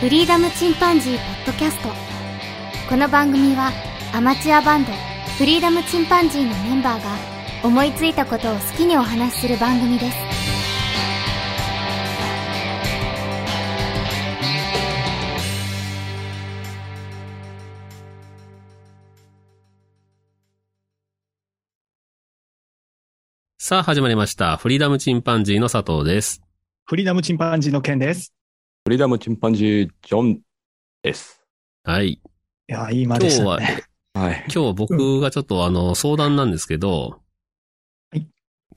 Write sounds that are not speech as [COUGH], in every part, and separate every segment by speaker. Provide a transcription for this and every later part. Speaker 1: フリーダムチンパンジーポッドキャストこの番組はアマチュアバンドフリーダムチンパンジーのメンバーが思いついたことを好きにお話しする番組です
Speaker 2: さあ、始まりました。フリーダムチンパンジーの佐藤です。
Speaker 3: フリーダムチンパンジーの件です。
Speaker 4: フリーダムチンパンジー、ジョンです。
Speaker 2: はい。
Speaker 3: いや、いい間
Speaker 2: 今
Speaker 3: でし
Speaker 2: 日
Speaker 3: た
Speaker 2: は、
Speaker 3: ね。
Speaker 4: はい。
Speaker 2: 今日僕がちょっとあの、相談なんですけど、
Speaker 3: はい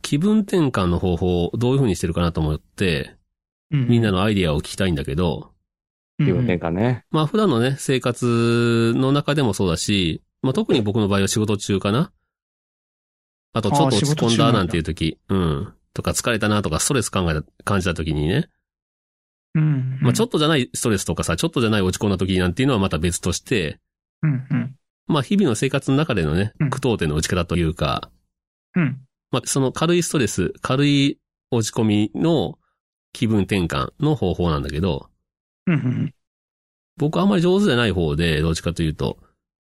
Speaker 2: 気分転換の方法をどういう風にしてるかなと思って、みんな
Speaker 3: の
Speaker 2: のアイディアを聞きたいんだけど、
Speaker 4: 気分転換ね。
Speaker 2: まあ普段のね、生活の中でもそうだし、まあ特に僕の場合は仕事中かな。あとちょっと落ち込んだなんていう時、うん。とか疲れたなとかストレス考えた、感じた時にね、
Speaker 3: うん。
Speaker 2: まあちょ
Speaker 3: っ
Speaker 2: っとじゃないストレスとかさ、ちょっとじゃない落ち込んだ時なんていうのはまた別として、
Speaker 3: と。うんうん。
Speaker 2: まあ日々の生活の中でのね
Speaker 3: うん、
Speaker 2: 苦闘点の打ち方というか、
Speaker 3: うん。
Speaker 2: まあその軽いストレス、軽い落ち込みの気分転換の方法なんだけど、
Speaker 3: うんうん。
Speaker 2: 僕あんまり上手じゃない方で、どっちかというと、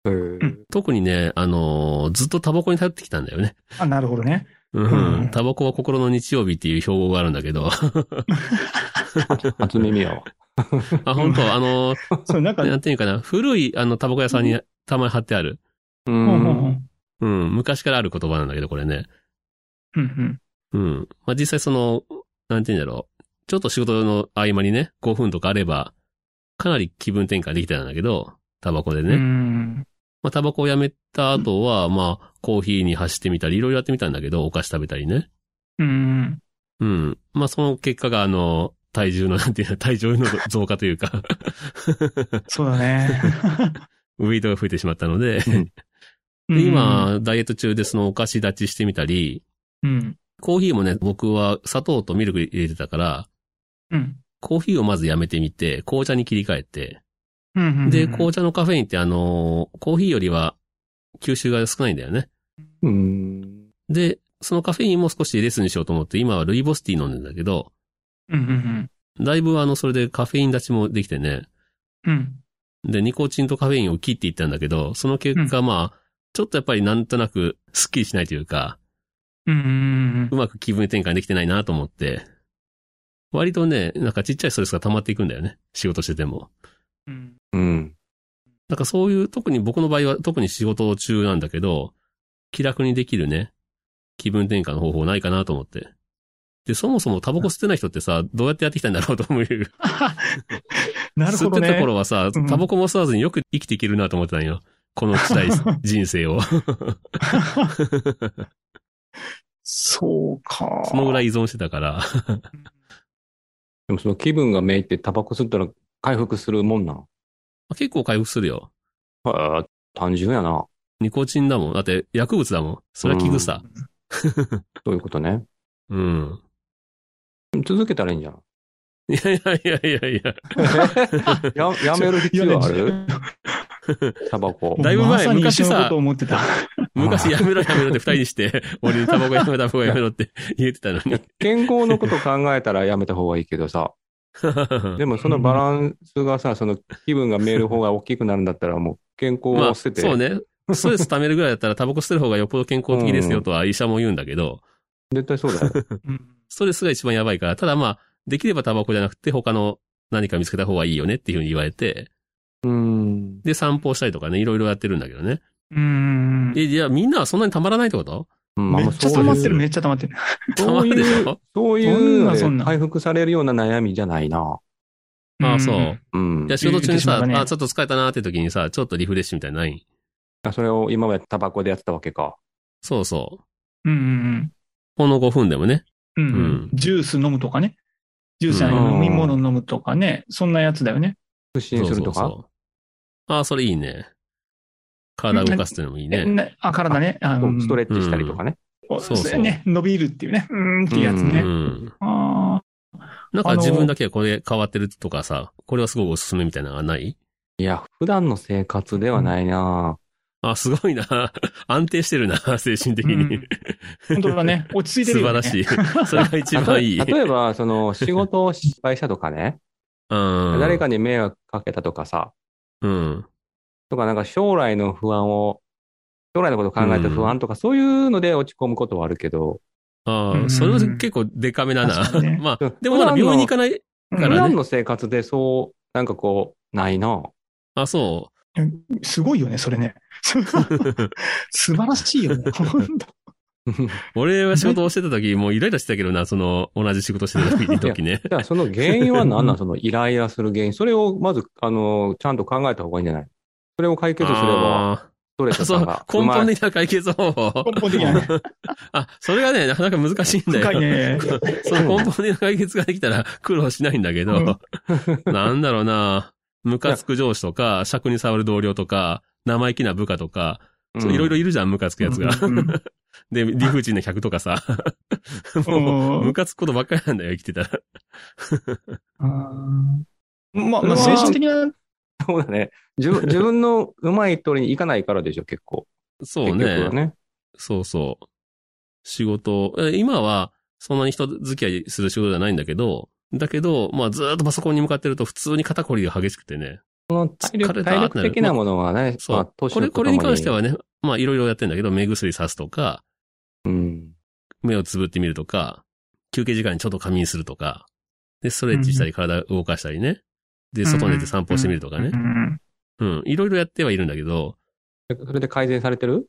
Speaker 4: うん。
Speaker 2: 特にね、あのーずっとタバコに頼ってきたんだよね。
Speaker 3: あ、なるほ
Speaker 2: [LAUGHS]
Speaker 3: どね。
Speaker 2: うん
Speaker 3: うん
Speaker 2: タバコは心の日曜日っていう標語があるんだけど、 [LAUGHS]
Speaker 4: 初耳やわ。
Speaker 2: あ、本当あのー
Speaker 3: そう、なんか、
Speaker 2: なんていうかな、古いあのタバコ屋さんにたまに貼ってある。
Speaker 4: う
Speaker 3: うんうんうん。
Speaker 2: うん、昔からある言葉なんだけど、これね。
Speaker 3: うんうん。
Speaker 2: うん。まあ、実際その、なんて言うんだろう。ちょっと仕事の合間にね、5分とかあれば、かなり気分転換できたんだけど、タバコでね。
Speaker 3: うん。
Speaker 2: まあ、タバコをやめた後は、まあ、コーヒーに走ってみたり、いろいろやってみたんだけど、お菓子食べたりね。
Speaker 3: うん。
Speaker 2: うん。まあ、その結果が、あの、体重の、なんていうの、体重
Speaker 3: [LAUGHS]
Speaker 2: の増加というか、
Speaker 3: そうだね。
Speaker 2: ウェイトが増えてしまったので、
Speaker 3: う
Speaker 2: [LAUGHS] で
Speaker 3: ん、
Speaker 2: 今、ダイエット中でそのお菓子立ちしてみたり、
Speaker 3: うん。
Speaker 2: コーヒーもね、僕は砂糖とミルク入れてたから、
Speaker 3: うん。
Speaker 2: コーヒーをまずやめてみて、紅茶に切り替えて、
Speaker 3: うんうん。
Speaker 2: で、紅茶のカフェインってあのーコーヒーよりは吸収が少ないんだよね。
Speaker 4: うん。
Speaker 2: で、そのカフェインも少しレスにしようと思って、今はルイボスティー飲んでんだけど、
Speaker 3: うんうん
Speaker 2: だいぶあの、それでカフェイン立ちもできてね。
Speaker 3: うん。うん。
Speaker 2: で、ニコチンとカフェインを切っていったんだけど、その結果まあ、ちょっとやっぱりなんとなくスッキリしないというか、
Speaker 3: うんうん
Speaker 2: うまく気分転換できてないなと思って、割とね、なんかちっちゃいストレスが溜まっていくんだよね。仕事してても。
Speaker 3: うんうん。
Speaker 4: うん。
Speaker 2: なんかそういう、特に僕の場合は特に仕事中なんだけど、気楽にできるね、気分転換の方法ないかなと思って。で、そもそもタバコ吸ってない人ってさ、どうやってやってきたんだろうと思う。
Speaker 3: [LAUGHS] なるほ
Speaker 2: 吸
Speaker 3: ど
Speaker 2: ってた
Speaker 3: ね。
Speaker 2: 頃はさ、
Speaker 3: うん
Speaker 2: タバコも吸わずによく生きていけるなと思ってたんよ。この
Speaker 3: [LAUGHS]
Speaker 2: 時代人生を。
Speaker 3: そうか。
Speaker 2: そのぐらい依存してたから。 [LAUGHS]
Speaker 4: でもその気分がめいてタバコ吸ったら回復するもんなん。
Speaker 2: 結構回復するよ。
Speaker 4: は単純やな。
Speaker 2: ニコチンだもん。だって薬物だもん。それは器具さ。
Speaker 4: そういうことね。
Speaker 2: うん。
Speaker 4: 続けたらいいんじゃん。
Speaker 2: いやいやいやいやいや。
Speaker 4: [LAUGHS] や、やめる必要ある
Speaker 3: だ
Speaker 4: タバコ。
Speaker 2: だいぶ前
Speaker 3: まさに一緒
Speaker 2: 昔
Speaker 3: の
Speaker 2: さ
Speaker 3: こと思ってた。
Speaker 2: 昔やめろやめろって二人にして、俺にタバコやめろタバコやめろって言ってたのに。
Speaker 4: 健康のこと考えたらやめた方がいいけどさ。
Speaker 2: [LAUGHS]
Speaker 4: でもそのバランスがさ、その気分が見える方が大きくなるんだったらもう健康
Speaker 2: ま
Speaker 4: を
Speaker 2: あ、
Speaker 4: 捨てて。
Speaker 2: そうね。ストレス溜めるぐらいだったらタバコ捨てる方がよっぽど健康的ですよとは医者も言うんだけど、
Speaker 4: 絶対そうだ [LAUGHS] よ。
Speaker 3: うん
Speaker 2: ストレスが一番やばいから、ただまあ、できればタバコじゃなくて他の何か見つけた方がいいよねっていうふうに言われて、
Speaker 4: うん。
Speaker 2: で散歩したりとかね、いろいろやってるんだけどね。
Speaker 3: うん。
Speaker 2: え、じゃあみんなはそんなに溜まらないってこと
Speaker 4: うん
Speaker 3: めっちゃ溜ま
Speaker 2: そう
Speaker 3: って
Speaker 2: です
Speaker 3: る、めっちゃ溜まってる。
Speaker 2: [LAUGHS] 溜まるでしょ
Speaker 4: そういうの
Speaker 3: そんなそん
Speaker 4: で
Speaker 3: な
Speaker 4: 回復されるような悩みじゃないな。
Speaker 2: ああそう
Speaker 4: うん
Speaker 2: いや、。仕事中に
Speaker 3: 言うてしまっ
Speaker 2: さ、
Speaker 3: たね
Speaker 2: あ、ちょっと疲れたなーって時にさ、ちょっとリフレッシュみたいなのない
Speaker 4: あそれを今までタバコでやってたわけか。
Speaker 2: そうそう。
Speaker 3: うんうん
Speaker 2: ほんの5分でもね。
Speaker 3: うん。うん
Speaker 2: うん
Speaker 3: ジュース飲むとかね。ジュースじゃない
Speaker 4: うん
Speaker 3: 飲み物飲むとかね。そんなやつだよね。
Speaker 4: 不
Speaker 2: そ
Speaker 4: 信
Speaker 2: う
Speaker 4: す
Speaker 2: そう
Speaker 4: るとか。
Speaker 2: そうああ、それいいね。体動かすっていうのもいいね。
Speaker 3: ねあ体ね。あ
Speaker 4: ストレッチしたりとかね。
Speaker 3: こ
Speaker 2: そうそう
Speaker 3: ね。伸びるっていうね。うーんっていうやつ
Speaker 2: う
Speaker 3: ね。
Speaker 2: ん。
Speaker 3: あ
Speaker 2: なんか自分だけはこれ変わってるとかさ、これはすごくおすすめみたいなのがない
Speaker 4: いや、普段の生活ではないな、
Speaker 2: あ、すごいな。 [LAUGHS] 安定してるな、精神的
Speaker 3: ーう
Speaker 2: に。
Speaker 3: ん本当
Speaker 2: [LAUGHS]
Speaker 3: だね。落ち着いて
Speaker 2: 素
Speaker 3: るよ
Speaker 2: 晴 [LAUGHS]
Speaker 3: ね。 [LAUGHS]
Speaker 2: らしい。それが一番いい。
Speaker 4: 例えば、その、仕事を失敗したとかね、
Speaker 2: [LAUGHS] うん。
Speaker 4: 誰かに迷惑かけたとかさ、
Speaker 2: うん。
Speaker 4: とかなんか将来の不安を、将来のことを考えて不安とか、そういうので落ち込むことはあるけど、
Speaker 2: あ
Speaker 3: う
Speaker 2: あ、
Speaker 3: ん
Speaker 2: それは結構デカめだ
Speaker 3: 確か
Speaker 2: な。
Speaker 3: に
Speaker 2: [LAUGHS]
Speaker 3: ね
Speaker 2: まあ、でもなんか病院に行かない。
Speaker 3: うん
Speaker 2: だから
Speaker 4: 普
Speaker 2: ね
Speaker 4: 段の生活でそう、なんかこう、ないな。
Speaker 2: あ、そ
Speaker 3: すごいよね、それね。 [LAUGHS]
Speaker 2: う。
Speaker 3: 素晴らしいよね。本当
Speaker 2: 俺は仕事をしてた時、もうイライラしてたけどな、その、同じ仕事してた時時ね。
Speaker 4: じゃあ、その原因は
Speaker 2: [LAUGHS]
Speaker 4: 何なんそのイライラする原因。それをまず、あの、ちゃんと考えた方がいいんじゃないそれを解決すれば、
Speaker 2: あ
Speaker 4: ストレ
Speaker 2: あ
Speaker 4: ス
Speaker 2: [LAUGHS] そ
Speaker 4: さん
Speaker 2: う、
Speaker 4: が。
Speaker 2: 根本
Speaker 4: で。
Speaker 2: 的な解決方法。
Speaker 3: 根本的
Speaker 2: [LAUGHS]
Speaker 3: なね。
Speaker 2: あ、それがね、なかなか難しいんだよ。
Speaker 3: 深いね。
Speaker 2: [LAUGHS] その根本的な解決ができたら [LAUGHS] 苦労しないんだけど、なんだろうな、ムカつく上司とか、尺に触る同僚とか、生意気な部下とか、
Speaker 4: うん
Speaker 2: そういろいろいるじゃん、ムカつくやつが。
Speaker 3: うん
Speaker 2: で、理不尽な客とかさ、も [LAUGHS] う、
Speaker 3: うん
Speaker 2: ムカつくことばっかりなんだよ、生きてたら。
Speaker 3: まあ、
Speaker 4: それ
Speaker 3: ま
Speaker 4: は
Speaker 3: あ、精神的な、
Speaker 4: そうだね。自分自分のうまい通りにいかないからでしょ、結構。
Speaker 2: そう
Speaker 4: 結局
Speaker 2: ね
Speaker 4: は。ね。
Speaker 2: そうそう。仕事、え今は、そんなに人付き合いする仕事じゃないんだけど、だけど、まあずーっとパソコンに向かってると普通に肩こりが激しくてね。
Speaker 4: その
Speaker 2: 疲
Speaker 4: 体
Speaker 2: れた
Speaker 4: 力体力的なものはね、
Speaker 2: そう。
Speaker 4: まあ、年
Speaker 2: これ、
Speaker 4: の
Speaker 2: こと
Speaker 4: と
Speaker 2: れ
Speaker 4: も
Speaker 2: に関して、はね、まあいろいろやってんだけど、目薬さすとか、
Speaker 4: うん。
Speaker 2: 目をつぶってみるとか、休憩時間にちょっと仮眠するとか、で、ストレッチしたり体を動かしたりね。で、外に出て散歩してみるとかね
Speaker 3: う。ん
Speaker 2: うん。いろいろやってはいるんだけど、
Speaker 4: それで改善されてる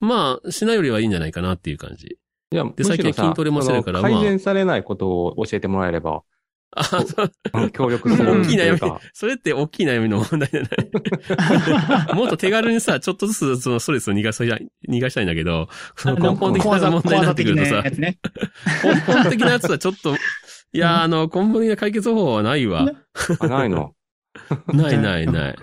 Speaker 2: まあ、しないよりはいいんじゃないかなっていう感じ。
Speaker 4: いや、むしろ
Speaker 2: 最近
Speaker 4: さ
Speaker 2: 筋トレもしてるから
Speaker 4: その
Speaker 2: まあ
Speaker 4: 改善されないことを教えてもらえ
Speaker 2: [LAUGHS]
Speaker 4: れば、
Speaker 2: あ、そう
Speaker 4: うん協力するっていう
Speaker 2: 大きな
Speaker 4: か。
Speaker 2: それって大きい悩みの問題じゃないもっと手軽にさ、ちょっとずつそのストレスを逃がしたい、逃がしたいんだけど、その根本的な問題になってくるとさ
Speaker 3: 小技小技的なや、つね
Speaker 2: 根本的なやつはちょっと、いやー、あの、根本的な解決方法はないわ。
Speaker 4: あないの。
Speaker 2: ないないない。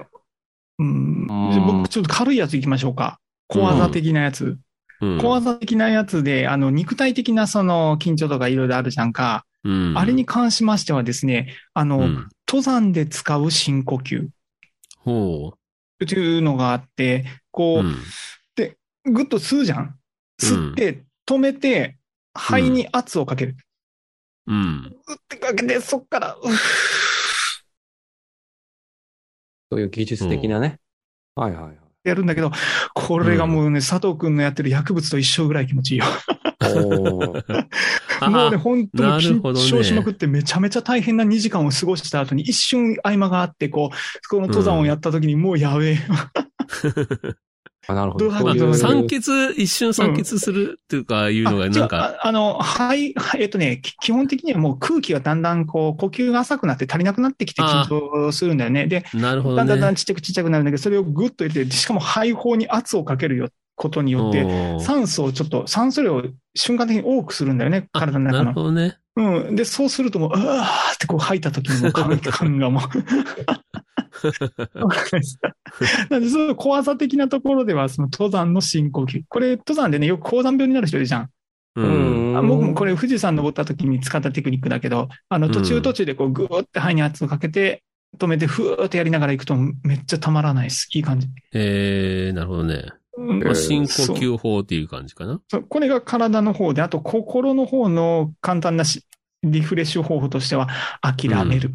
Speaker 3: うんじゃあ僕、ちょっと軽いやついきましょうか。小技的なやつ。
Speaker 2: うん。
Speaker 3: 小技的なやつで、あの、肉体的なその緊張とかいろいろあるじゃんか。
Speaker 2: うん
Speaker 3: あれ、に関しましてはですね、あ
Speaker 2: う
Speaker 3: の、
Speaker 2: ん、
Speaker 3: 登山で使う深呼吸
Speaker 2: ほ
Speaker 3: というのがあって、
Speaker 2: う。
Speaker 3: こ
Speaker 2: うん
Speaker 3: う、ぐっと吸うじゃん。吸って、止めて、肺に圧をかける。
Speaker 2: うん。
Speaker 3: 吸ってかけて、そっから、うー
Speaker 4: そういう技術的なね。はいはいはい。
Speaker 3: やるんだけど、これがもうね、佐藤くんのやってる薬物と一緒ぐらい気持ちいいよ。
Speaker 4: おー
Speaker 3: もうね、
Speaker 2: あ、
Speaker 3: 本当
Speaker 2: なる
Speaker 3: に
Speaker 2: ほど
Speaker 3: 緊
Speaker 2: ね
Speaker 3: 張しまくって、めちゃめちゃ大変な2時間を過ごした後に、一瞬合間があって、こう、この登山をやった時に、もうやべえ。
Speaker 4: あなるほど。
Speaker 3: ド
Speaker 2: ま
Speaker 3: ハ
Speaker 2: あ
Speaker 3: マド
Speaker 4: そういう
Speaker 2: 酸欠、一瞬酸欠するっていうか、いうのが
Speaker 3: あじ
Speaker 2: な
Speaker 3: ゃ
Speaker 2: んか、
Speaker 3: あああの、はい、はいえっとね、き基本的にはもう空気がだんだんこう、呼吸が浅くなって足りなくなってきて緊張するんだよね。で、
Speaker 2: なるほど
Speaker 3: だんだんだ
Speaker 2: ね
Speaker 3: ん。ちっちゃくちっちゃくなるんだけど、それをぐっと入れて、しかも肺胞に圧をかけるよことによって、
Speaker 2: ほう
Speaker 3: 酸素をちょっと、酸素量を瞬間的に多くするんだよね、体
Speaker 2: な
Speaker 3: の中
Speaker 2: る
Speaker 3: の。
Speaker 2: ほどね。
Speaker 3: うん。で、そうするともう、うわーってこう吐いた時の
Speaker 4: [LAUGHS]
Speaker 3: 感感がもう。わかりましたなんで、その小技的なところでは、その登山の深呼吸。これ、登山でね、よく高山病になる人いるじゃん。
Speaker 2: う。
Speaker 4: うんん
Speaker 3: あ僕もこれ富士山登った時に使ったテクニックだけど、あの途
Speaker 2: う
Speaker 3: 中
Speaker 2: ん
Speaker 3: 途中でこうグーって肺に圧をかけて、止めてふーってやりながら行くとめっちゃたまらないです。いい感じ。
Speaker 2: えー、なるほどね。
Speaker 3: うん
Speaker 2: まあ、
Speaker 4: えー
Speaker 2: 深呼吸法っていう感じかな。
Speaker 3: そうこれが体の方で、あと心の方の簡単なしリフレッシュ方法としては、諦める。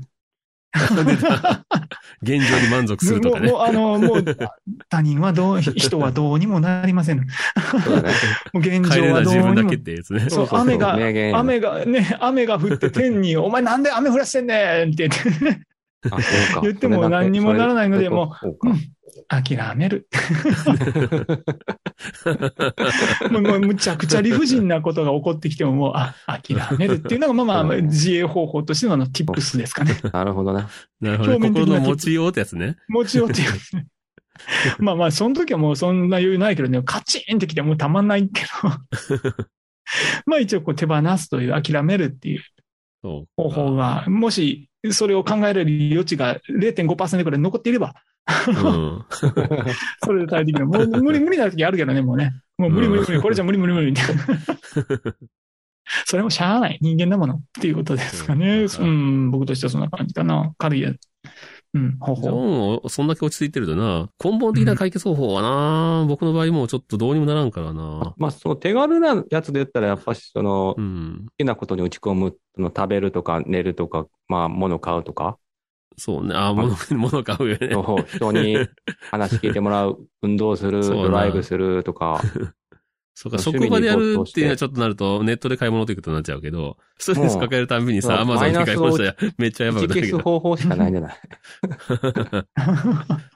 Speaker 2: 現状に満足すると
Speaker 3: も
Speaker 2: か
Speaker 3: う、
Speaker 2: ね
Speaker 3: も。う、あの、もう、他人
Speaker 2: [LAUGHS]
Speaker 3: はどう、人はどうにもなりません。も
Speaker 4: そうだね。
Speaker 3: う現
Speaker 2: 帰れ
Speaker 3: 状
Speaker 2: るのは
Speaker 3: はどう
Speaker 2: 自分
Speaker 3: に
Speaker 2: だ
Speaker 3: も
Speaker 2: けっ。てやつね。
Speaker 3: [LAUGHS] そう
Speaker 4: そうそうそう
Speaker 3: 雨が
Speaker 4: 名言
Speaker 3: 雨が、ね、雨が降って天に、お前なんで雨降らしてんねんって言って、
Speaker 4: あそう
Speaker 3: [LAUGHS]
Speaker 4: か
Speaker 3: 言っても何にもならないのでも
Speaker 4: う。そうか
Speaker 3: 諦
Speaker 2: [LAUGHS]
Speaker 3: める。もうもうむちゃくちゃ理不尽なことが起こってきても、もう、あ、諦めるっていうのが、まあまあまあ、自衛方法としてのあの tips ですかね。
Speaker 4: なるほどね。
Speaker 2: [LAUGHS] なるほど、ね。
Speaker 3: 表面的
Speaker 2: 心
Speaker 3: な
Speaker 2: の持ちようってやつね。
Speaker 3: 持ちよ
Speaker 2: [LAUGHS]
Speaker 3: うっていう。まあまあ、その時はもうそんな余裕ないけどね、カチンってきてもうたまんないけど。
Speaker 2: [LAUGHS]
Speaker 3: まあ一応こう手放すという、諦めるっていう
Speaker 2: そうか。
Speaker 3: 方法が、もしそれを考えられる余地が0.5%くらい残っていれば、 [LAUGHS]
Speaker 2: うん。
Speaker 3: それで耐えていくの。もう無理無理な時あるけどね、もうね。もう無理無理無理、これじゃ無理無理無理って。
Speaker 2: [LAUGHS]
Speaker 3: それもしゃあない人間だものっていうことですかね。
Speaker 2: そううか
Speaker 3: ん、僕としてはそんな感じかな。軽いや、うん、方
Speaker 2: ジョ
Speaker 3: 法。
Speaker 2: ンをそんだけ落ち着いてるとな、根本的な解決方法はな、僕の場合もうちょっとどうにもならんからな。
Speaker 4: まあ、その手軽なやつで言ったら、やっぱし、そ
Speaker 2: う
Speaker 4: の、好
Speaker 2: ん。
Speaker 4: きなことに打ち込む、その食べるとか、寝るとか、まあ、物買うとか、
Speaker 2: そうね。あ、物、物買うよね。
Speaker 4: そう人に話聞いても
Speaker 2: [LAUGHS]
Speaker 4: らう、運動する、
Speaker 2: そうだな
Speaker 4: ドライブするとか、
Speaker 2: そうか、
Speaker 4: 趣
Speaker 2: 職
Speaker 4: 味に
Speaker 2: 場でやる
Speaker 4: 没頭し
Speaker 2: ってていうのはちょっとなると、ネットで買い物っていうことになっちゃうけど、ストレス抱えるたんびに
Speaker 4: もう
Speaker 2: さ、アマゾンで買い物したら [LAUGHS] めっちゃ [LAUGHS] やば
Speaker 4: 打
Speaker 2: く
Speaker 4: ち
Speaker 2: なる
Speaker 4: 消
Speaker 2: け
Speaker 4: す
Speaker 2: ど、
Speaker 4: 方法しかないんじゃない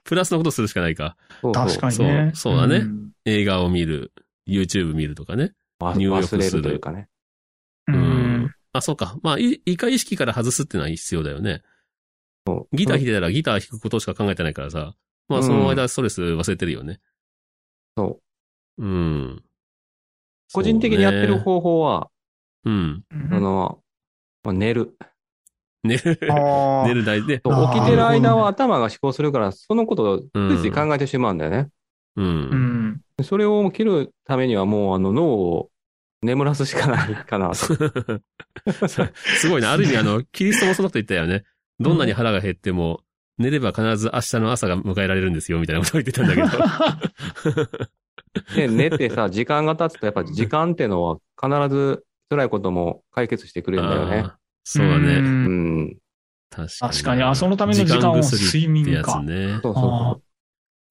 Speaker 2: プラスのことするしかないか。
Speaker 4: そうそう
Speaker 3: [LAUGHS] 確かにね。
Speaker 2: そうそうだね
Speaker 3: ん
Speaker 2: 映画を見る、YouTube 見るとかね。
Speaker 4: わ
Speaker 2: 入浴す
Speaker 4: 忘
Speaker 2: る
Speaker 4: れるというかね。
Speaker 3: う。
Speaker 2: うんあ、そうか。まあ、い異化意識から外すってのは必要だよね。
Speaker 4: そ
Speaker 2: ギター弾いてたらギター弾くことしか考えてないからさ。まあ、その間ストレス忘れてるよね。
Speaker 4: そう。
Speaker 2: うん。
Speaker 4: 個人的にやってる
Speaker 2: 方。
Speaker 4: 方法は、
Speaker 2: うん。 [LAUGHS]
Speaker 3: うん
Speaker 4: あの、まあ寝る。
Speaker 2: 寝る。
Speaker 3: あー
Speaker 2: 寝る大事で。
Speaker 4: そ
Speaker 3: あ
Speaker 4: う
Speaker 3: ー
Speaker 4: 起きてる間は頭が思考するから、そのことをついつい考えてしまうんだよね。
Speaker 2: う。
Speaker 3: うんん。。
Speaker 4: それを切るためにはもうあの脳を眠らすしかないか
Speaker 2: [LAUGHS]
Speaker 4: な。
Speaker 2: すごいな。ある意味、あの、キリストもそのこと言ったよね。どんなに腹が減っても、寝れば必ず明日の朝が迎えられるんですよ、みたいなことを言ってたんだけど。
Speaker 4: で、寝てさ、時間が経つとやっぱ時間ってのは必ず辛いことも解決してくれるんだよね。
Speaker 2: あーそうだね。
Speaker 4: うんん。
Speaker 2: 確かに。
Speaker 3: 確かに、あ、そのための時間を睡
Speaker 2: って
Speaker 3: 眠
Speaker 2: やつ
Speaker 3: か。
Speaker 2: ね。
Speaker 4: そうそうそ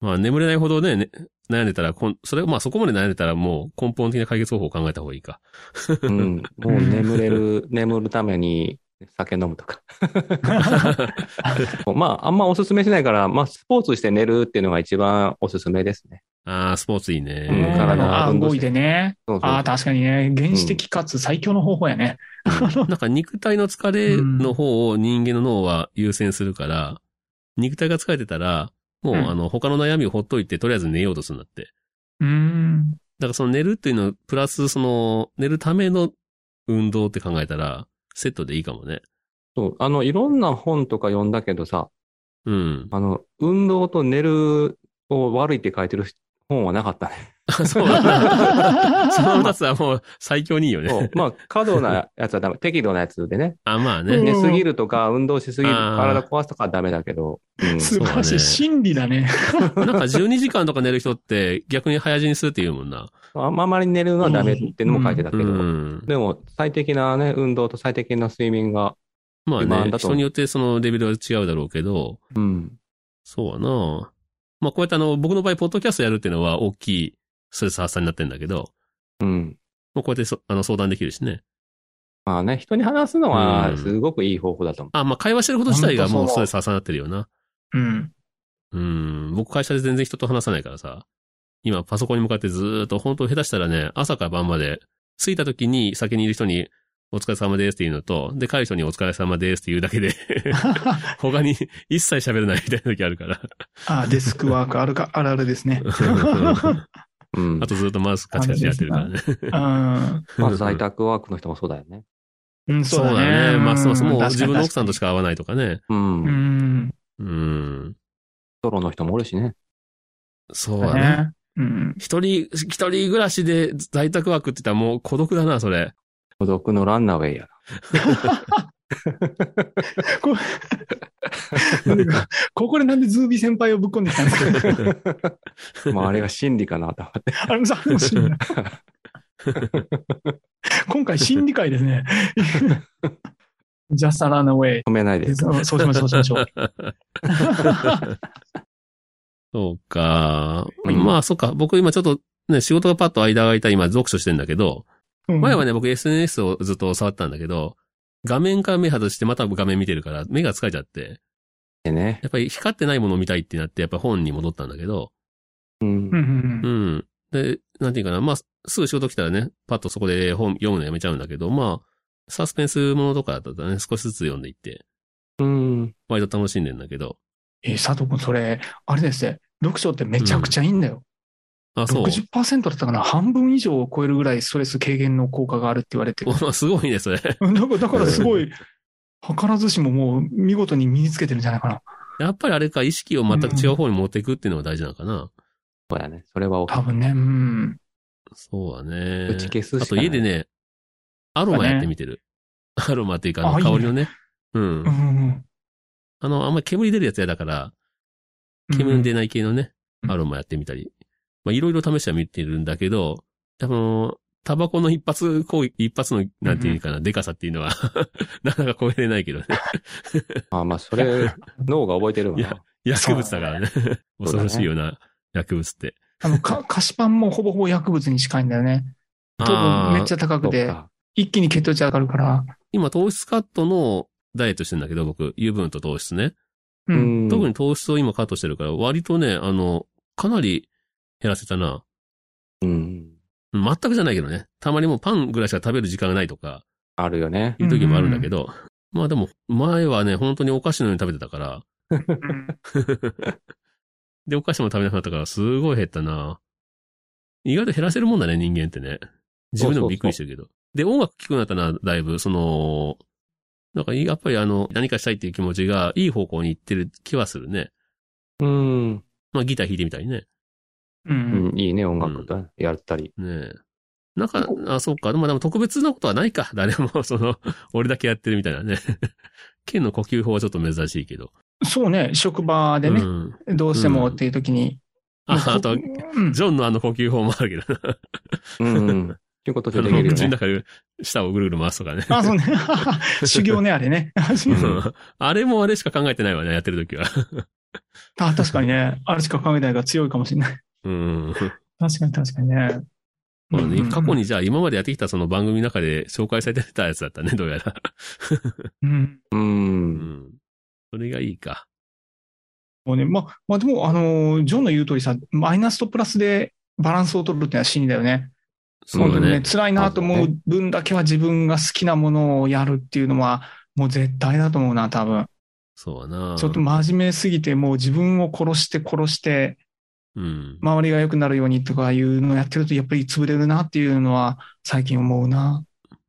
Speaker 2: まあ、眠れないほどね、ね悩んでたら、こんそれ、まあ、そこまで悩んでたら、もう根本的な解決方法を考えた方がいいか。
Speaker 4: う。うん。もう眠れる、眠るために酒飲むとか。 [LAUGHS] まあ、あんまおすすめしないから、まあ、スポーツして寝るっていうのが一番おすすめですね。
Speaker 2: ああ、スポーツいいね。
Speaker 4: うん体が
Speaker 3: あ
Speaker 4: 運動
Speaker 3: 動
Speaker 4: し
Speaker 3: い
Speaker 4: て
Speaker 3: てね。
Speaker 4: そうそうそう
Speaker 3: ああ、確かにね。原始的かつ最強の方法やね。
Speaker 2: なんか肉体の疲れの方を人間の脳は優先するから、肉体が疲れてたら、もう
Speaker 3: うん
Speaker 2: あの、他の悩みをほっといて、とりあえず寝ようとするんだって。
Speaker 3: うん。
Speaker 2: だからその寝るっていうの、プラスその、寝るための運動って考えたら、セットでいいかもね。
Speaker 4: そう。あの、いろんな本とか読んだけどさ、 [LAUGHS]
Speaker 2: うん。
Speaker 4: あの、運動と寝るを悪いって書いてる本はなかったね。
Speaker 2: あ [LAUGHS] そうだな。その二つはもう最強にいいよ
Speaker 4: そ
Speaker 2: ね
Speaker 4: う。まあ、過度なやつはダメ。適度なやつでね。
Speaker 2: [LAUGHS] あ、まあ
Speaker 3: うん
Speaker 2: ね。
Speaker 4: 寝すぎるとか、運動しすぎる、
Speaker 2: あー
Speaker 4: 体壊すとかはダメだけど。うん
Speaker 3: 素晴らしい。真理だね。
Speaker 2: なんか12時間とか寝る人って逆に早死にするって言うもんな。
Speaker 4: ああんまり寝るのはダメってのも書いてたけ
Speaker 2: う
Speaker 4: ど。
Speaker 2: ん。
Speaker 4: でも、最適なね、運動と最適な睡眠が、
Speaker 2: まあ
Speaker 4: 不満
Speaker 2: ね、
Speaker 4: だと
Speaker 2: 人によってそのレベルは違うだろうけど、
Speaker 4: うん。
Speaker 2: そうやなまあこうやってあの、僕の場合、ポッドキャストやるっていうのは大きいストレス発散になってんだけど、
Speaker 4: うん。
Speaker 2: もうこうやってそあの相談できるしね。
Speaker 4: まあね、人に話すの
Speaker 2: う
Speaker 4: は、
Speaker 2: ん
Speaker 4: すごくいい方法だと思
Speaker 2: あ、まあ会話してること自体がも
Speaker 3: 本
Speaker 2: うス
Speaker 3: 当そう
Speaker 2: トレス発散になってるよな。 [LAUGHS]
Speaker 3: う
Speaker 2: う
Speaker 3: ん。
Speaker 2: ん。僕会社で全然人と話さないからさ、今パソコンに向かってずーっと、本当下手したらね、朝から晩まで、着いた時に先にいる人に、お疲れ様ですっていうのと、で、帰る人にお疲れ様ですっていうだけで、 [LAUGHS] 他に一切喋れないみたいな時あるから。
Speaker 3: ああ、デスクワークあるか、あるあるですね。
Speaker 4: う。うん
Speaker 2: あ。とずっとマウスカチカチやってるからね。
Speaker 3: [LAUGHS] うん。
Speaker 4: まあ、在宅ワークの人もそうだよね。
Speaker 3: うん、
Speaker 2: そ
Speaker 3: そう
Speaker 2: うだ
Speaker 3: だ
Speaker 2: ね。
Speaker 3: ね。
Speaker 2: まあそうそう。もう自分の奥さんとし
Speaker 3: か
Speaker 2: か会わないとかね。
Speaker 4: うん。
Speaker 3: に。うん。
Speaker 2: うん。
Speaker 4: ソロの人もおるしね。
Speaker 2: そう
Speaker 3: そ
Speaker 2: だ
Speaker 3: うだ
Speaker 2: ね。
Speaker 3: ね。うん。
Speaker 2: 一人、一人暮らしで在宅枠って言ったらもう孤独だな、それ。
Speaker 4: 孤独のランナーウェイや。
Speaker 3: [LAUGHS] なんかここでなんでズービー先輩をぶっ込んできたんですか
Speaker 2: [LAUGHS]
Speaker 4: まあ、あれが真理かなと思って。
Speaker 3: あれさ、あれも真理だ今回、心理会ですね。 [LAUGHS] ジャサランウェイ。
Speaker 4: 止めないで。
Speaker 3: そうそうしましょう、そうしましょう。
Speaker 2: そうか。
Speaker 4: うん
Speaker 2: まあそうか。僕今ちょっとね、仕事がパッと間が空いた今読書してんだけど、
Speaker 3: うん
Speaker 2: 前はね、僕 SNS をずっと触ってたんだけど、画面から目外してまた画面見てるから目が疲れちゃって、[LAUGHS]
Speaker 4: でね。
Speaker 2: やっぱり光ってないものを見たいってなって、やっぱ本に戻ったんだけど、
Speaker 4: う
Speaker 3: うん
Speaker 4: ん。
Speaker 3: うん
Speaker 2: う
Speaker 3: うん
Speaker 2: ん。で、なんていうかな、まあ、すぐ仕事来たらね、パッとそこで本読むのやめちゃうんだけど、まあ、サスペンスものとかだったらね、少しずつ読んでいって、
Speaker 4: うん。
Speaker 2: 割と楽しんでんだけど。
Speaker 3: えー、佐藤君、それ、あれですね、読書ってめちゃくちゃいいんだよ。
Speaker 2: あ、そう。 [LAUGHS]
Speaker 3: 60%だったかな、半分以上を超えるぐらいストレス軽減の効果があるって言われてる。
Speaker 2: おすごいね、それ。
Speaker 3: だからだからすごい、図らずしももう見事に身につけてるんじゃないかな。
Speaker 2: やっぱりあれか、意識を全く違う方に持っていくっていうのが大事なのかな。
Speaker 4: そうやね。それは大きい
Speaker 3: 多分ね、うん。
Speaker 2: そうだね。
Speaker 4: 打ち消すしかない
Speaker 2: あと家でね、アロマやってみてる。アロマっていうか、あの
Speaker 3: あいい
Speaker 2: 香
Speaker 3: ね
Speaker 2: りのね。う。
Speaker 3: うんん
Speaker 2: あの、あんまり煙出るやつやだから、
Speaker 3: うん。
Speaker 2: 煙出ない系のね、
Speaker 3: うん
Speaker 2: アロマやってみたり。まあ、いろいろ試しては見てるんだけど、あの、タバコの一発攻撃、一発の、なんていうかな、でかさっていうのは、 [LAUGHS] なかなか超えれないけどね。
Speaker 4: ああまあ、それ、脳が覚えてるわ
Speaker 2: いや
Speaker 4: な。
Speaker 2: 薬物だからね。恐ろしいような薬物って。
Speaker 3: あの、か、菓子パンもほぼほぼ薬物に近いんだよね。糖分めっち
Speaker 2: ゃ。
Speaker 3: ゃ高
Speaker 4: そ
Speaker 3: く
Speaker 4: う
Speaker 3: て、
Speaker 4: か
Speaker 3: 一気に血糖値上がるから。
Speaker 2: 今、糖質カットのダイエットしてんだけど、僕、油分と糖質ね。
Speaker 3: う。
Speaker 4: うんん。
Speaker 2: 特に糖質を今カットしてるから、割とね、あの、かなり減らせたな。
Speaker 4: うん。
Speaker 2: 全くじゃないけどね。たまにもうパンぐらいしか食べる時間がないとか、
Speaker 4: あるよね。
Speaker 2: いう時もあるんだけど。まあでも、前はね、本当にお菓子のように食べてたから。
Speaker 3: うん
Speaker 2: で、お菓子も食べなくなったから、すごい減ったな。意外と減らせるもんだね、人間ってね。自分でもびっくりしてるけど。で、音楽聴くようになったな、だいぶ、その、なんか、やっぱりあの、何かしたいっていう気持ちが、いい方向に行ってる気はするね。
Speaker 4: うん。
Speaker 2: まあ、ギター弾いてみたりね。
Speaker 3: う。
Speaker 4: うんん、いいね、音楽とやったり。
Speaker 2: ねえ。なんか、あ、そっか。でも、でも特別なことはないか。誰も、 [LAUGHS] その、俺だけやってるみたいなね。剣の呼吸法はちょっと珍しいけど。
Speaker 3: そうね、職場で
Speaker 2: う
Speaker 3: ね、
Speaker 2: ん。
Speaker 3: どうしてもっていう時に。
Speaker 2: あ、あと
Speaker 3: う、 [LAUGHS] ん
Speaker 2: ジョンのあの呼吸法もあるけどな。
Speaker 4: うんうん。っていうこと
Speaker 2: あ
Speaker 4: ででき
Speaker 2: の、
Speaker 4: る
Speaker 2: [LAUGHS]
Speaker 4: よ
Speaker 2: 口の
Speaker 4: ね。
Speaker 2: 中で舌をぐるぐる回すとかね。[LAUGHS]
Speaker 3: あ、そうね。修行ね、あれね。 [LAUGHS]
Speaker 2: うんあれもあれしか考えてないわね、やってる時は。
Speaker 3: あ、確かにね。あれしか考えないから強いかもしれない。
Speaker 2: うん。
Speaker 3: 確かに確かにね。
Speaker 2: まあね
Speaker 3: うん
Speaker 2: 過去。にじゃあ今までやってきたその番組の中で紹介されてたやつだったね、どうやら。
Speaker 3: うん。
Speaker 4: う。
Speaker 2: うんん。それがいいか。
Speaker 3: もうね、まあ、まあでも、あのー、ジョンの言う通りさ、マイナスとプラスでバランスを取るってのは真理だよね。
Speaker 2: そうだ
Speaker 3: 本当に
Speaker 2: ね。
Speaker 3: 辛いなと思う分だけは自分が好きなものをやるっていうのは、もう絶対だと思うな、多分。
Speaker 2: そうだな。
Speaker 3: ちょっと真面目すぎて、もう自分を殺して殺して、
Speaker 2: うん。
Speaker 3: 周りが良くなるようにとかいうのをやってると、やっぱり潰れるなっていうのは最近思うな。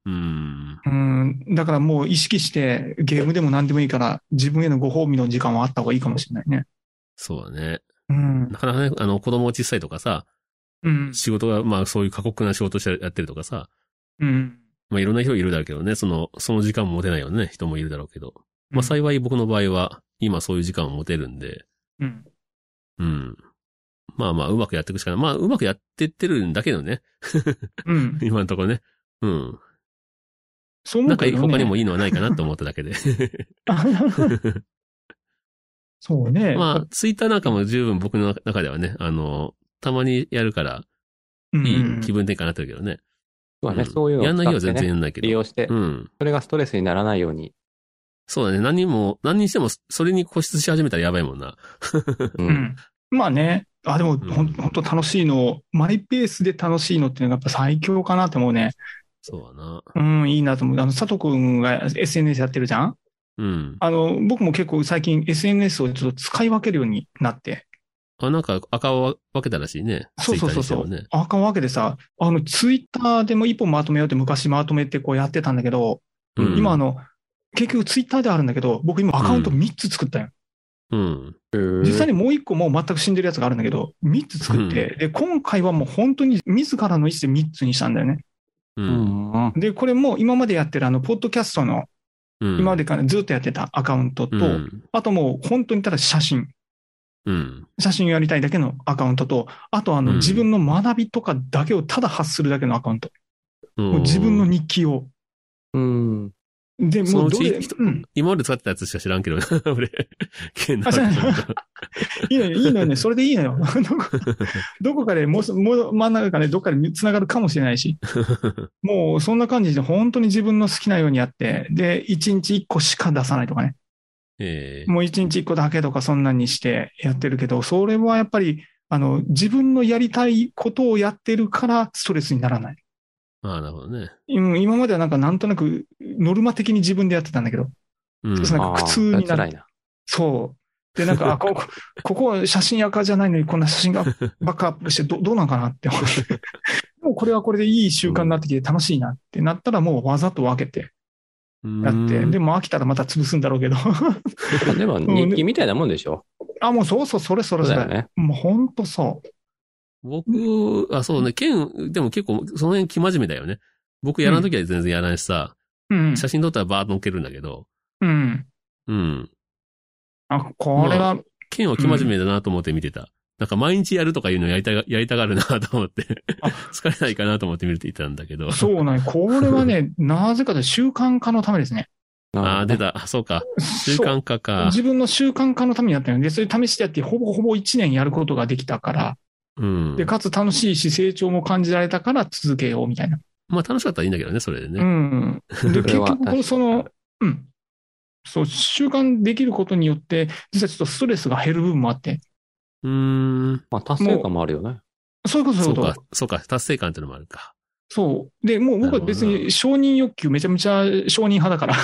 Speaker 2: うん。
Speaker 3: うん。だからもう意識して、ゲームでも何でもいいから、自分へのご褒美の時間はあった方がいいかもしれないね。
Speaker 2: そうだね。
Speaker 3: うん。
Speaker 2: なかなかね、あの、子供小さいとかさ、
Speaker 3: うん。
Speaker 2: 仕事が、まあそういう過酷な仕事してやってるとかさ、
Speaker 3: うん。
Speaker 2: まあいろんな人いるだろうけどね、その、その時間も持てないよね、人もいるだろうけど。まあ幸い僕の場合は、今そういう時間を持てるんで、
Speaker 3: うん。
Speaker 2: うん。まあまあ、うまくやっていくしかない。まあ、うまくやってってるんだけどね。 [LAUGHS]
Speaker 3: うん。
Speaker 2: 今のところね。うん。
Speaker 3: そう思
Speaker 2: な
Speaker 3: うん
Speaker 2: か
Speaker 3: けど、ね、
Speaker 2: 他にもいいのはないかなと思っただけ
Speaker 4: [LAUGHS]
Speaker 2: で。
Speaker 3: [LAUGHS] そうね。
Speaker 2: まあ、ツイッターなんかも十分僕の中ではね、あの、たまにやるから、
Speaker 3: うん、
Speaker 2: いい気分転換になってるけどね。
Speaker 4: そうだね、
Speaker 2: ん
Speaker 4: そういうのを
Speaker 2: やんない日は
Speaker 4: 使っ
Speaker 2: 全
Speaker 4: てね
Speaker 2: 然やんないけ
Speaker 4: 利
Speaker 2: ど。
Speaker 4: 用して
Speaker 2: う、ん。
Speaker 4: それがストレスにならないように。
Speaker 2: そうだね。何にも、何にしても、それに固執し始めたらやばいもんな。
Speaker 4: う
Speaker 3: う。ん。まあね。あ、でも、ほん
Speaker 2: うん
Speaker 3: ほんと楽しいの、マイペースで楽しいのっていうのがやっぱ最強かなと思うね。
Speaker 2: そうだな。
Speaker 3: うん、いいなと思う。あの、佐藤くんが SNS やってるじゃん
Speaker 2: うん。
Speaker 3: あの、僕も結構最近 SNS をちょっと使い分けるようになって。
Speaker 2: あ、なんか赤を分けたらしいね。
Speaker 3: そうそうそう
Speaker 2: ツイッ
Speaker 3: そ
Speaker 2: ターにしても
Speaker 3: う
Speaker 2: ね。。
Speaker 3: あかんわけでさ、あの、ツイッターでも一本まとめようって昔まとめてこうやってたんだけど、
Speaker 2: うん
Speaker 3: 今あの、結局ツイッターであるんだけど、僕今アカウント
Speaker 2: うん
Speaker 3: 3つ作ったよ。
Speaker 2: うん。
Speaker 3: 実際
Speaker 4: に、
Speaker 3: にもう1個もう全く死んでるやつがあるんだけど、3つ作って、で、今回はもう本当に自らの意思で3つにしたんだよね。
Speaker 2: う。
Speaker 4: うんん。
Speaker 3: で、これも今までやってるあの、ポッドキャストの、
Speaker 2: うん。
Speaker 3: 今までからずっとやってたアカウントと、
Speaker 2: うん。
Speaker 3: あともう本当にただ写真、
Speaker 2: うん。
Speaker 3: 写真をやりたいだけのアカウントと、あとあ
Speaker 2: う
Speaker 3: の、
Speaker 2: ん
Speaker 3: 自分の学びとかだけをただ発するだけのアカウント。
Speaker 2: も
Speaker 3: もう自分の日記を。
Speaker 4: うん。
Speaker 3: で、
Speaker 2: その
Speaker 3: もう
Speaker 2: う
Speaker 3: ど
Speaker 2: ち
Speaker 3: れ、
Speaker 2: 一
Speaker 3: うん、
Speaker 2: 今まで使ってたやつしか知らんけどな、 [LAUGHS] 俺。剣の
Speaker 3: あ
Speaker 2: 悪
Speaker 3: そう
Speaker 2: 魔
Speaker 3: なんだ
Speaker 2: みたい
Speaker 3: いいのよ、いいのよね、それでいいのよ。どこどこかで、もう、もう真ん中かね、どっかで繋がるかもしれないし、
Speaker 2: な
Speaker 3: もうそんな感じで本当に自分の好きなようにやって、で、1日1個しか出さないとかね、
Speaker 2: ええ
Speaker 3: もう1日1個だけとかそんなんにしてやってるけど、それはやっぱり、あの、自分のやりたいことをやってるからストレスにならない。
Speaker 2: まあ、なるほどね。
Speaker 3: うん今まではなんかなんとなくノルマ的に自分でやってたんだけど、
Speaker 2: うん。
Speaker 3: そうなんか苦痛になる
Speaker 4: あー辛いな。
Speaker 3: そう。で、なんか、あ、ここ、ここは写真赤じゃないのに、こんな写真がバックアップして、どどうなんかなって思って。でもうこれはこれでいい習慣になってきて楽しいなってなったらもうわざと分けてやって、
Speaker 2: うん
Speaker 3: でも飽きたらまた潰すんだろうけど。 [LAUGHS]
Speaker 4: まあでも、日記みたいなもんでしょ。
Speaker 3: あ、もうそうそう、それそ
Speaker 4: そ
Speaker 3: れ
Speaker 4: う
Speaker 3: そ
Speaker 4: だ
Speaker 3: れ。
Speaker 4: よね。
Speaker 3: もうほんとそう。
Speaker 2: 僕、あ、そうね、剣、でも結構、その辺生真面目だよね。僕やらんときは全然やらないしさ、
Speaker 3: うん。
Speaker 2: 写真撮ったらバーッと載っけるんだけど、
Speaker 3: うん。
Speaker 2: うん。
Speaker 3: あ、これは、
Speaker 2: 剣は生真面目だなと思って見てた。なんか毎日やるとかいうのやりたが、やりたがるなと思って
Speaker 3: あ、
Speaker 2: [LAUGHS] 疲れないかなと思って見れていたんだけど。
Speaker 3: そうなんこれはね、なぜかというと習慣化のためですね。
Speaker 2: ああ、出
Speaker 4: で
Speaker 2: た。あそうか。習
Speaker 3: そう
Speaker 2: 慣化か。
Speaker 3: 自分の習慣化のためにやったので、それ試してやって、ほぼほぼ1年やることができたから、
Speaker 2: うん
Speaker 3: で、。かつ楽しいし、成長も感じられたから続けようみたいな。
Speaker 2: まあ楽しかったらいいんだけどね、それで
Speaker 3: う
Speaker 2: ね。
Speaker 3: ん。で、
Speaker 4: それ
Speaker 3: 結
Speaker 4: は
Speaker 3: 局、これその
Speaker 4: 確、
Speaker 3: うん。そう、習慣できることによって、実はちょっとストレスが減る部分もあって、
Speaker 2: うーん。
Speaker 4: まあ、達成感もあるよね。
Speaker 3: そういうこと、そ
Speaker 2: そう
Speaker 3: いううこと
Speaker 2: か。、そうか、達成感ってのもあるか。
Speaker 3: そう。で、もう僕は別
Speaker 2: なるほ
Speaker 3: に承認欲求めちゃめちゃ承認派だから、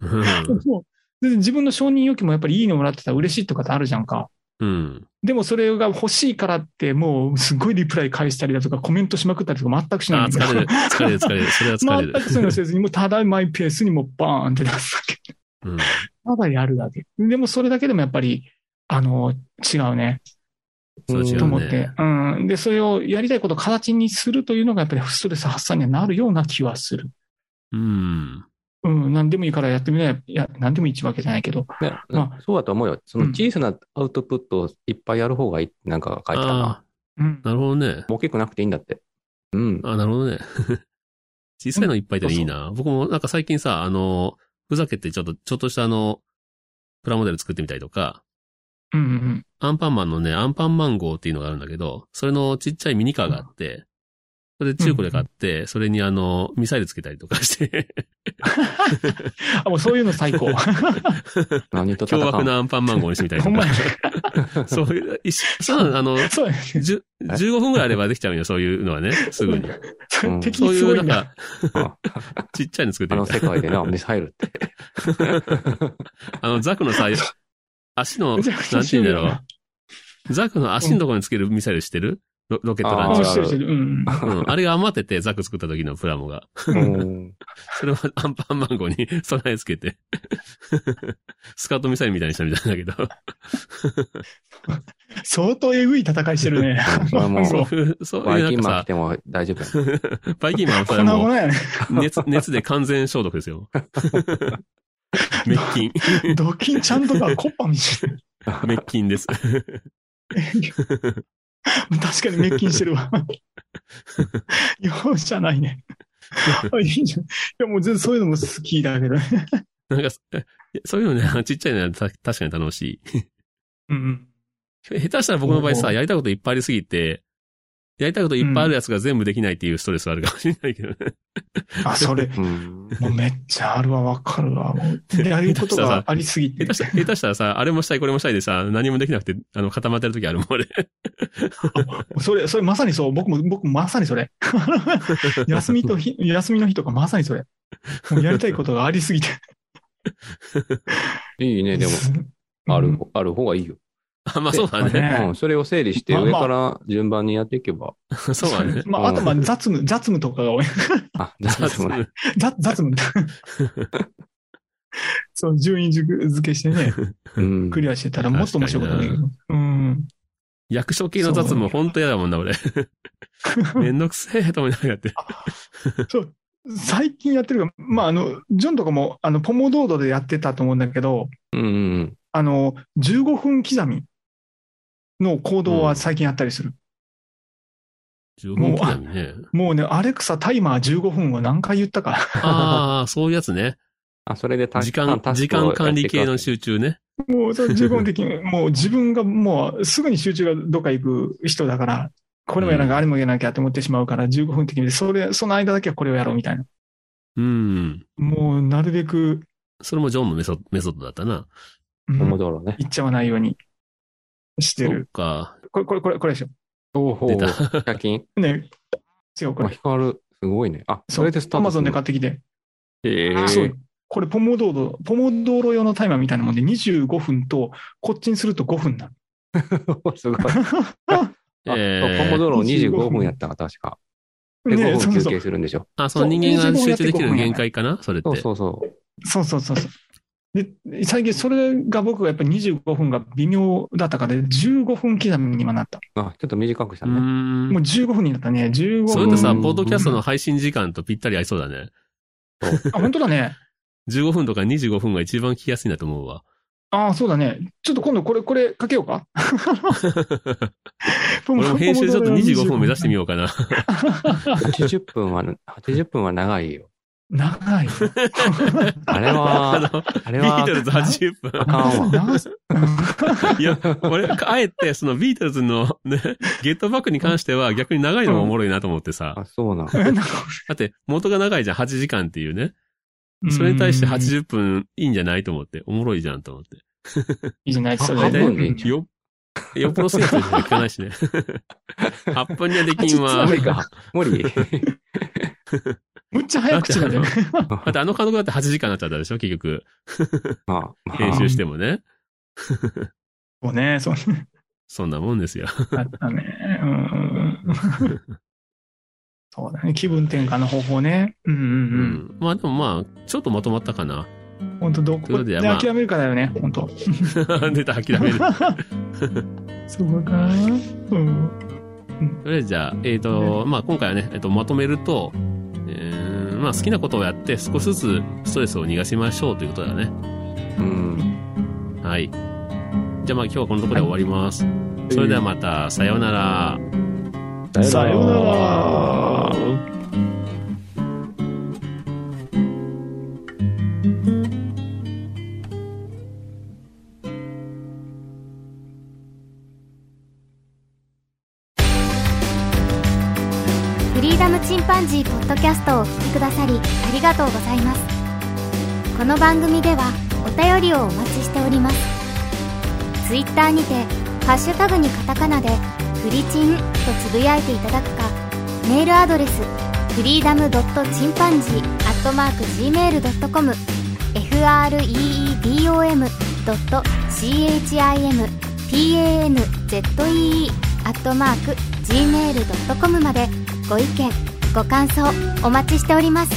Speaker 2: うん。
Speaker 3: [LAUGHS] そう。で自分の承認欲求もやっぱりいいのもらってたら嬉しいとかってあるじゃんか。
Speaker 2: うん。
Speaker 3: でもそれが欲しいからって、もうすごいリプライ返したりだとか、コメントしまくったりとか全くしない
Speaker 2: あ
Speaker 3: ん
Speaker 2: あ、
Speaker 3: です
Speaker 2: 疲れる。疲れる、疲れる。それは疲れる
Speaker 3: 全く。そういうのせずに、もうただマイペースにもうバーンって出すだけ。
Speaker 2: うん。
Speaker 3: ただやるだけ。でもそれだけでもやっぱり、あの、違うね。
Speaker 2: それ違
Speaker 3: と
Speaker 2: う
Speaker 3: 思っ
Speaker 2: ね。
Speaker 3: て。うん。で、それをやりたいことを形にするというのが、やっぱりストレス発散にはなるような気はする。
Speaker 2: うん。
Speaker 3: うん。何でもいいからやってみない。いや、何でもいいわけじゃないけど。
Speaker 4: ね
Speaker 3: ま
Speaker 4: そうだと思うよ。その
Speaker 3: うん
Speaker 4: 小さなアウトプットをいっぱいやる方がいいってなんか書いてたな。
Speaker 2: あ
Speaker 3: うん
Speaker 2: あ、。なるほどね
Speaker 4: も。う大きくなくていいんだって。うん。
Speaker 2: あ、なるほどね。 [LAUGHS] 小さいのいっぱいでいいな。僕もなんか最近さ、あの、ふざけてちょっと、ちょっとしたあの、プラモデル作ってみたりとか、
Speaker 3: うんうん
Speaker 2: アンパンマンのね、アンパンマン号っていうのがあるんだけど、それのちっちゃいミニカーがあって、それ中古で買って、それにあの、ミサイルつけたりとかして、
Speaker 3: あ、もうそういうの最
Speaker 2: [LAUGHS]
Speaker 3: 高。
Speaker 4: 何と戦う
Speaker 2: 凶
Speaker 4: の
Speaker 2: 悪なアンパンマン号にしてみたり
Speaker 3: ほ
Speaker 2: と
Speaker 3: んま
Speaker 2: か
Speaker 3: や。。
Speaker 2: [LAUGHS] そういう、一緒そうなのあの、
Speaker 3: そうやね。
Speaker 2: じゅ15分ぐらいあればできちゃうんよ、そういうの [LAUGHS] はね、すぐに。
Speaker 3: それ [LAUGHS] 敵
Speaker 2: そう
Speaker 3: す
Speaker 2: い
Speaker 3: ご
Speaker 2: う、ないん
Speaker 3: な。
Speaker 2: か、ちっちゃいの作って
Speaker 4: あ
Speaker 2: み
Speaker 4: の
Speaker 2: た
Speaker 4: 世
Speaker 2: [LAUGHS]
Speaker 4: 界でな、ミサイルって。
Speaker 2: あの、ザクの [LAUGHS] さ、足の、なん
Speaker 3: めち
Speaker 2: て
Speaker 3: ゃくち
Speaker 2: 言
Speaker 3: ゃ
Speaker 2: うんだ
Speaker 3: 強い
Speaker 2: ろ
Speaker 3: な
Speaker 2: う。ザクの足のところにつけるミサイルしてるロロケットラ
Speaker 3: あ
Speaker 2: ン
Speaker 3: あ、
Speaker 2: チ
Speaker 3: 知
Speaker 2: ャ
Speaker 3: ってる知ってる。うん。
Speaker 2: ー。うん。あれが余ってて、ザク作った時のプラモが。
Speaker 4: うん。
Speaker 2: それはアンパンマン号に [LAUGHS] 備え付けて。スカートミサイルみたいにしたみたいだけど。
Speaker 3: 相当えぐい戦いしてるね。
Speaker 4: それはもう
Speaker 2: そ
Speaker 3: そう
Speaker 2: ういう、そう
Speaker 4: バ
Speaker 2: い
Speaker 4: イ
Speaker 2: う
Speaker 4: キンマン
Speaker 2: なん
Speaker 4: 来
Speaker 2: か
Speaker 4: ても大丈夫や。
Speaker 2: さ、バイキンマン [LAUGHS] はそ
Speaker 3: 粉
Speaker 2: れ [LAUGHS]
Speaker 3: [LAUGHS]
Speaker 2: はも
Speaker 3: 々やね。
Speaker 2: う、熱、熱で完全消毒です [LAUGHS] よ。滅菌、
Speaker 3: ドキンちゃんとかコッパみたいな。
Speaker 4: [LAUGHS]
Speaker 2: 滅菌です。
Speaker 3: [LAUGHS] 確かに滅菌してるわ。容赦ないね。あいいじゃん。いや、もう全然そういうのも好きだけどね。
Speaker 2: なんか、そういうのね、あのちっちゃいのはた確かに楽しい。 [LAUGHS]
Speaker 3: うん。
Speaker 2: 下手したら僕の場合
Speaker 3: うんう
Speaker 2: さ、
Speaker 3: ん
Speaker 2: やりたいこといっぱいありすぎて、やりたいこといっぱいあるやつが全部できないっていうストレスはあるかもしれないけどね。
Speaker 3: あ、それ、
Speaker 4: うん。
Speaker 3: もうめっちゃあるわ、わかるわ。もうやることがありすぎ
Speaker 2: [LAUGHS]
Speaker 3: て
Speaker 2: 下手。した下手したらさ、あれもしたいこれもしたいでさ、何もできなくて、あの、固まってる時あるもん、俺。
Speaker 3: それ、それまさにそう。僕も、僕もまさにそれ。休みと日、休みの日とかまさにそれ。もうやりたいことがありすぎて。
Speaker 4: いいね、でも、
Speaker 3: [LAUGHS]
Speaker 4: ある、ある方がいいよ。
Speaker 2: あ、まあそうだね。
Speaker 3: ね
Speaker 4: うん。それを整理して、
Speaker 3: まあ
Speaker 4: 上から順番にやっていけば。
Speaker 2: [LAUGHS] そうだね。
Speaker 3: まあ、あとまあ、雑務、雑務とかが多い。
Speaker 4: あ、なるほどね。
Speaker 3: 雑、雑
Speaker 4: [LAUGHS]
Speaker 3: 務。そう、順位付けしてね、
Speaker 4: うん。
Speaker 3: クリアしてたらもっと面白いことができる。うん。
Speaker 2: 役所系の雑務ほんと嫌だもんな、俺。めんどくせえと思いながらやってる。
Speaker 3: そう。最近やってるが、まあ、あの、ジョンとかも、あの、ポモドードでやってたと思うんだけど、
Speaker 4: うんうん
Speaker 3: あの、15分刻みの行動は最近やったりする。
Speaker 2: 15分刻みね。
Speaker 3: もうね、アレクサタイマー15分を何回言ったか。 [LAUGHS]
Speaker 2: ああ、そういうやつね。
Speaker 4: あ、それで短
Speaker 2: 時間、時間管理系の
Speaker 4: 集
Speaker 2: 集中ね。
Speaker 3: もうその15分的
Speaker 4: [LAUGHS]
Speaker 3: に、もう自分がもうすぐに集中がどっか行く人だから、これもやらなきゃ、あれもやらなきゃと思ってしまうから、15分的に、それ、その間だけはこれをやろうみたいな。
Speaker 2: うん。
Speaker 3: もうなるべく、
Speaker 2: それもジョンのメソメソッドだったな。
Speaker 3: うん
Speaker 4: ポモ
Speaker 3: 行
Speaker 4: ドーロね。
Speaker 3: っちゃわないようにして
Speaker 2: そっ
Speaker 3: る。
Speaker 2: か。
Speaker 3: これ、これ、これ、これでしょ。
Speaker 4: おお、
Speaker 2: 出た
Speaker 4: 100均。
Speaker 2: [LAUGHS]
Speaker 3: ね、違う、こ
Speaker 4: あ、
Speaker 3: れ。
Speaker 4: 光る。すごいね。あ、それでスター
Speaker 3: ア
Speaker 4: ト
Speaker 3: マ
Speaker 4: す
Speaker 3: ゾン
Speaker 4: る
Speaker 3: で
Speaker 4: の。
Speaker 3: 買ってきて。
Speaker 4: へえ
Speaker 3: そう。これ、ポモドード、ポモドーロ用のタイマーみたいなもんで、25分と、こっちにすると5分なの。
Speaker 2: [LAUGHS]
Speaker 4: すごい。あ、
Speaker 2: え
Speaker 4: そう
Speaker 2: ー
Speaker 4: ポモドーロ25分やったな、確か。で、
Speaker 3: ね
Speaker 4: 5
Speaker 3: そう
Speaker 4: 分休
Speaker 3: そう
Speaker 4: 憩するんでしょ。
Speaker 2: あ、その人間が集中できる限界かなそれって
Speaker 4: そう。そうそう。
Speaker 3: そうそうそうそう。で、最近それが僕がやっぱり25分が微妙だったからで、15分刻みに今なった。
Speaker 4: あ、ちょっと短くした
Speaker 2: うー。
Speaker 4: ね。
Speaker 3: もうん15分になったね。15分。
Speaker 2: それってさ、
Speaker 4: うん
Speaker 2: ポッドキャストの配信時間とぴったり合いそうだね。
Speaker 3: あ、本当だね。
Speaker 2: 15分とか25分が一番聞きやすいんだと思うわ。
Speaker 3: ああ、そうだね。ちょっと今度これ、これかけよ
Speaker 2: [LAUGHS]
Speaker 3: うか。
Speaker 2: 俺も編集ちょっと25分目指してみようかな。
Speaker 4: 80分は、80分は長いよ。
Speaker 2: [LAUGHS]
Speaker 3: 長いよ。
Speaker 4: あ
Speaker 2: [LAUGHS]
Speaker 4: れ
Speaker 2: あ [LAUGHS]
Speaker 4: は、
Speaker 2: の、
Speaker 4: あれ
Speaker 2: ビー
Speaker 4: は
Speaker 2: ト、ルズ80分。
Speaker 4: あかんわ。
Speaker 3: 長す
Speaker 2: いや、俺、あえて、そのビートルズのね、ゲットバックに関しては逆に長いのもおもろいなと思ってさ。
Speaker 4: あ、そうなん。
Speaker 3: 長
Speaker 2: だって、元が長いじゃん、8時間っていうね。それに対して
Speaker 3: うんい
Speaker 2: 80分いいんじゃないと思って、おもろいじゃんと思って。
Speaker 3: いじゃないですか。
Speaker 4: 半分でいいんじゃん
Speaker 2: よ、よっぽど好きな人しか聞かない [LAUGHS] しね。8分にはできんわ。
Speaker 4: 無理か。無理。 [LAUGHS]
Speaker 3: むっちゃ早口なんだよね。
Speaker 2: [LAUGHS] だってあの監督だって8時間になっちゃったでしょ、結局。
Speaker 4: まあ、ま
Speaker 2: 編
Speaker 4: あ、
Speaker 2: 集してもね。
Speaker 3: そうね、そうね。
Speaker 2: そんなもんですよ。
Speaker 3: あったね。うん。そうだね。気分転換の方法ね。うんう
Speaker 2: うんん。まあでもまあ、ちょっとまとまったかな。 [LAUGHS]
Speaker 3: うん。本当ど
Speaker 2: というこ
Speaker 3: こと
Speaker 2: で
Speaker 3: で
Speaker 2: まあ
Speaker 3: 諦めるかだよね。本当。
Speaker 2: 出た、諦める。
Speaker 3: そうかな。うん。
Speaker 2: とりあえずじゃあ、えっ、と、まあ、今回はね、えっと、まとめると、えーまあ、好きなことをやって少しずつストレスを逃がしましょうということだね。
Speaker 4: うん。
Speaker 2: はい。じゃあまあ今日はこのところで終わります。それではまた、さようなら。
Speaker 3: さようなら。
Speaker 1: フリーダムチンパンジーポッドキャストをお聞きくださりありがとうございますこの番組ではお便りをお待ちしておりますツイッターにてハッシュタグにカタカナでフリチンとつぶやいていただくかメールアドレスフリーダムドットチンパンジーアットマーク gmail.com freedom ドット chimpanzee アットマーク gmail.com までご意見ご感想お待ちしております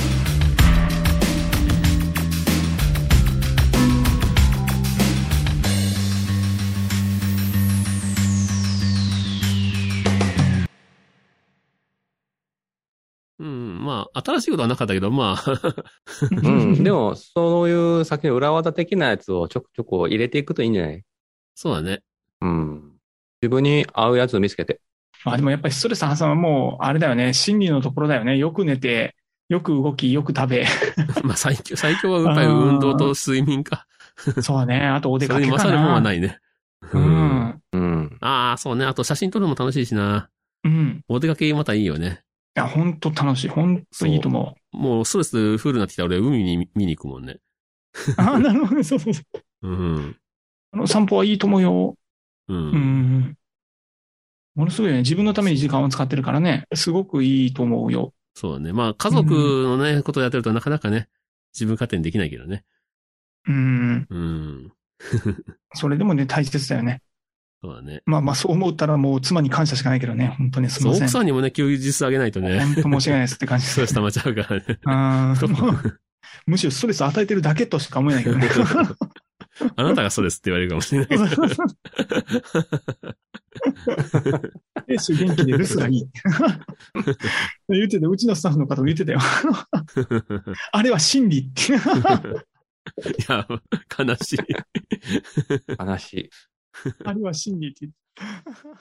Speaker 2: うん、まあ、新しいことはなかったけど、まあ、 [LAUGHS]
Speaker 4: うん。でも、そういう先の裏技的なやつをちょこちょこ入れていくといいんじゃない
Speaker 2: そうだね。 [LAUGHS]
Speaker 4: うん。自分に合うやつを見つけて。
Speaker 3: まあでもやっぱりストレス発散はもう、あれだよね。心理のところだよね。よく寝て、よく動き、よ
Speaker 2: [LAUGHS]
Speaker 3: く食べ。
Speaker 2: まあ、最強、最強はやっぱり運動と睡眠か。
Speaker 3: そうね。あとお出
Speaker 2: そ
Speaker 3: か
Speaker 2: れ
Speaker 3: け
Speaker 2: に
Speaker 3: かな。
Speaker 2: 勝るもんはないね。
Speaker 3: う。ん。
Speaker 4: うん。
Speaker 2: ああ、そうね。あと写真撮るのも楽しいしな。
Speaker 3: うん。
Speaker 2: お出かけまたいいよね。
Speaker 3: いや、本当楽しい。本当いいと思
Speaker 2: もうストレスフルになってきたら俺海に見に行くもんね。
Speaker 3: う。 [LAUGHS] ああ、なるほど。そうそうそう。
Speaker 2: うん。
Speaker 3: あの散歩はいいと思うよ。
Speaker 2: う。
Speaker 3: うんん。ものすごいよね。自分のために時間を使ってるからね。すごくいいと思うよ。
Speaker 2: そうだね。まあ、家族のね、ことをやってるとなかなかね、自分勝手にできないけどね。
Speaker 3: うん。
Speaker 2: うん。
Speaker 3: それでもね、大切だよね。
Speaker 2: そうだね。
Speaker 3: まあまあ、そう思ったらもう妻に感謝しかないけどね。本当にすみ
Speaker 2: そう、
Speaker 3: ません。
Speaker 2: 奥さんにもね、休日あげないとね、
Speaker 3: [LAUGHS] 本当申し訳ないですって感じで
Speaker 2: ス [LAUGHS]
Speaker 3: す
Speaker 2: トレ。ス溜まっちゃうからね。
Speaker 3: あーもうむしろストレス与えてるだけとしか思えないけどね。
Speaker 2: [LAUGHS] あなたがストレスって言われるかもしれ
Speaker 3: [LAUGHS]
Speaker 2: ないけど。
Speaker 3: 亭主元気で留守がいい。言ってて、うちのスタッフの方も言ってたよ。あれは心理って。
Speaker 2: いや、悲しい。
Speaker 4: 話。
Speaker 3: あれは心理って言って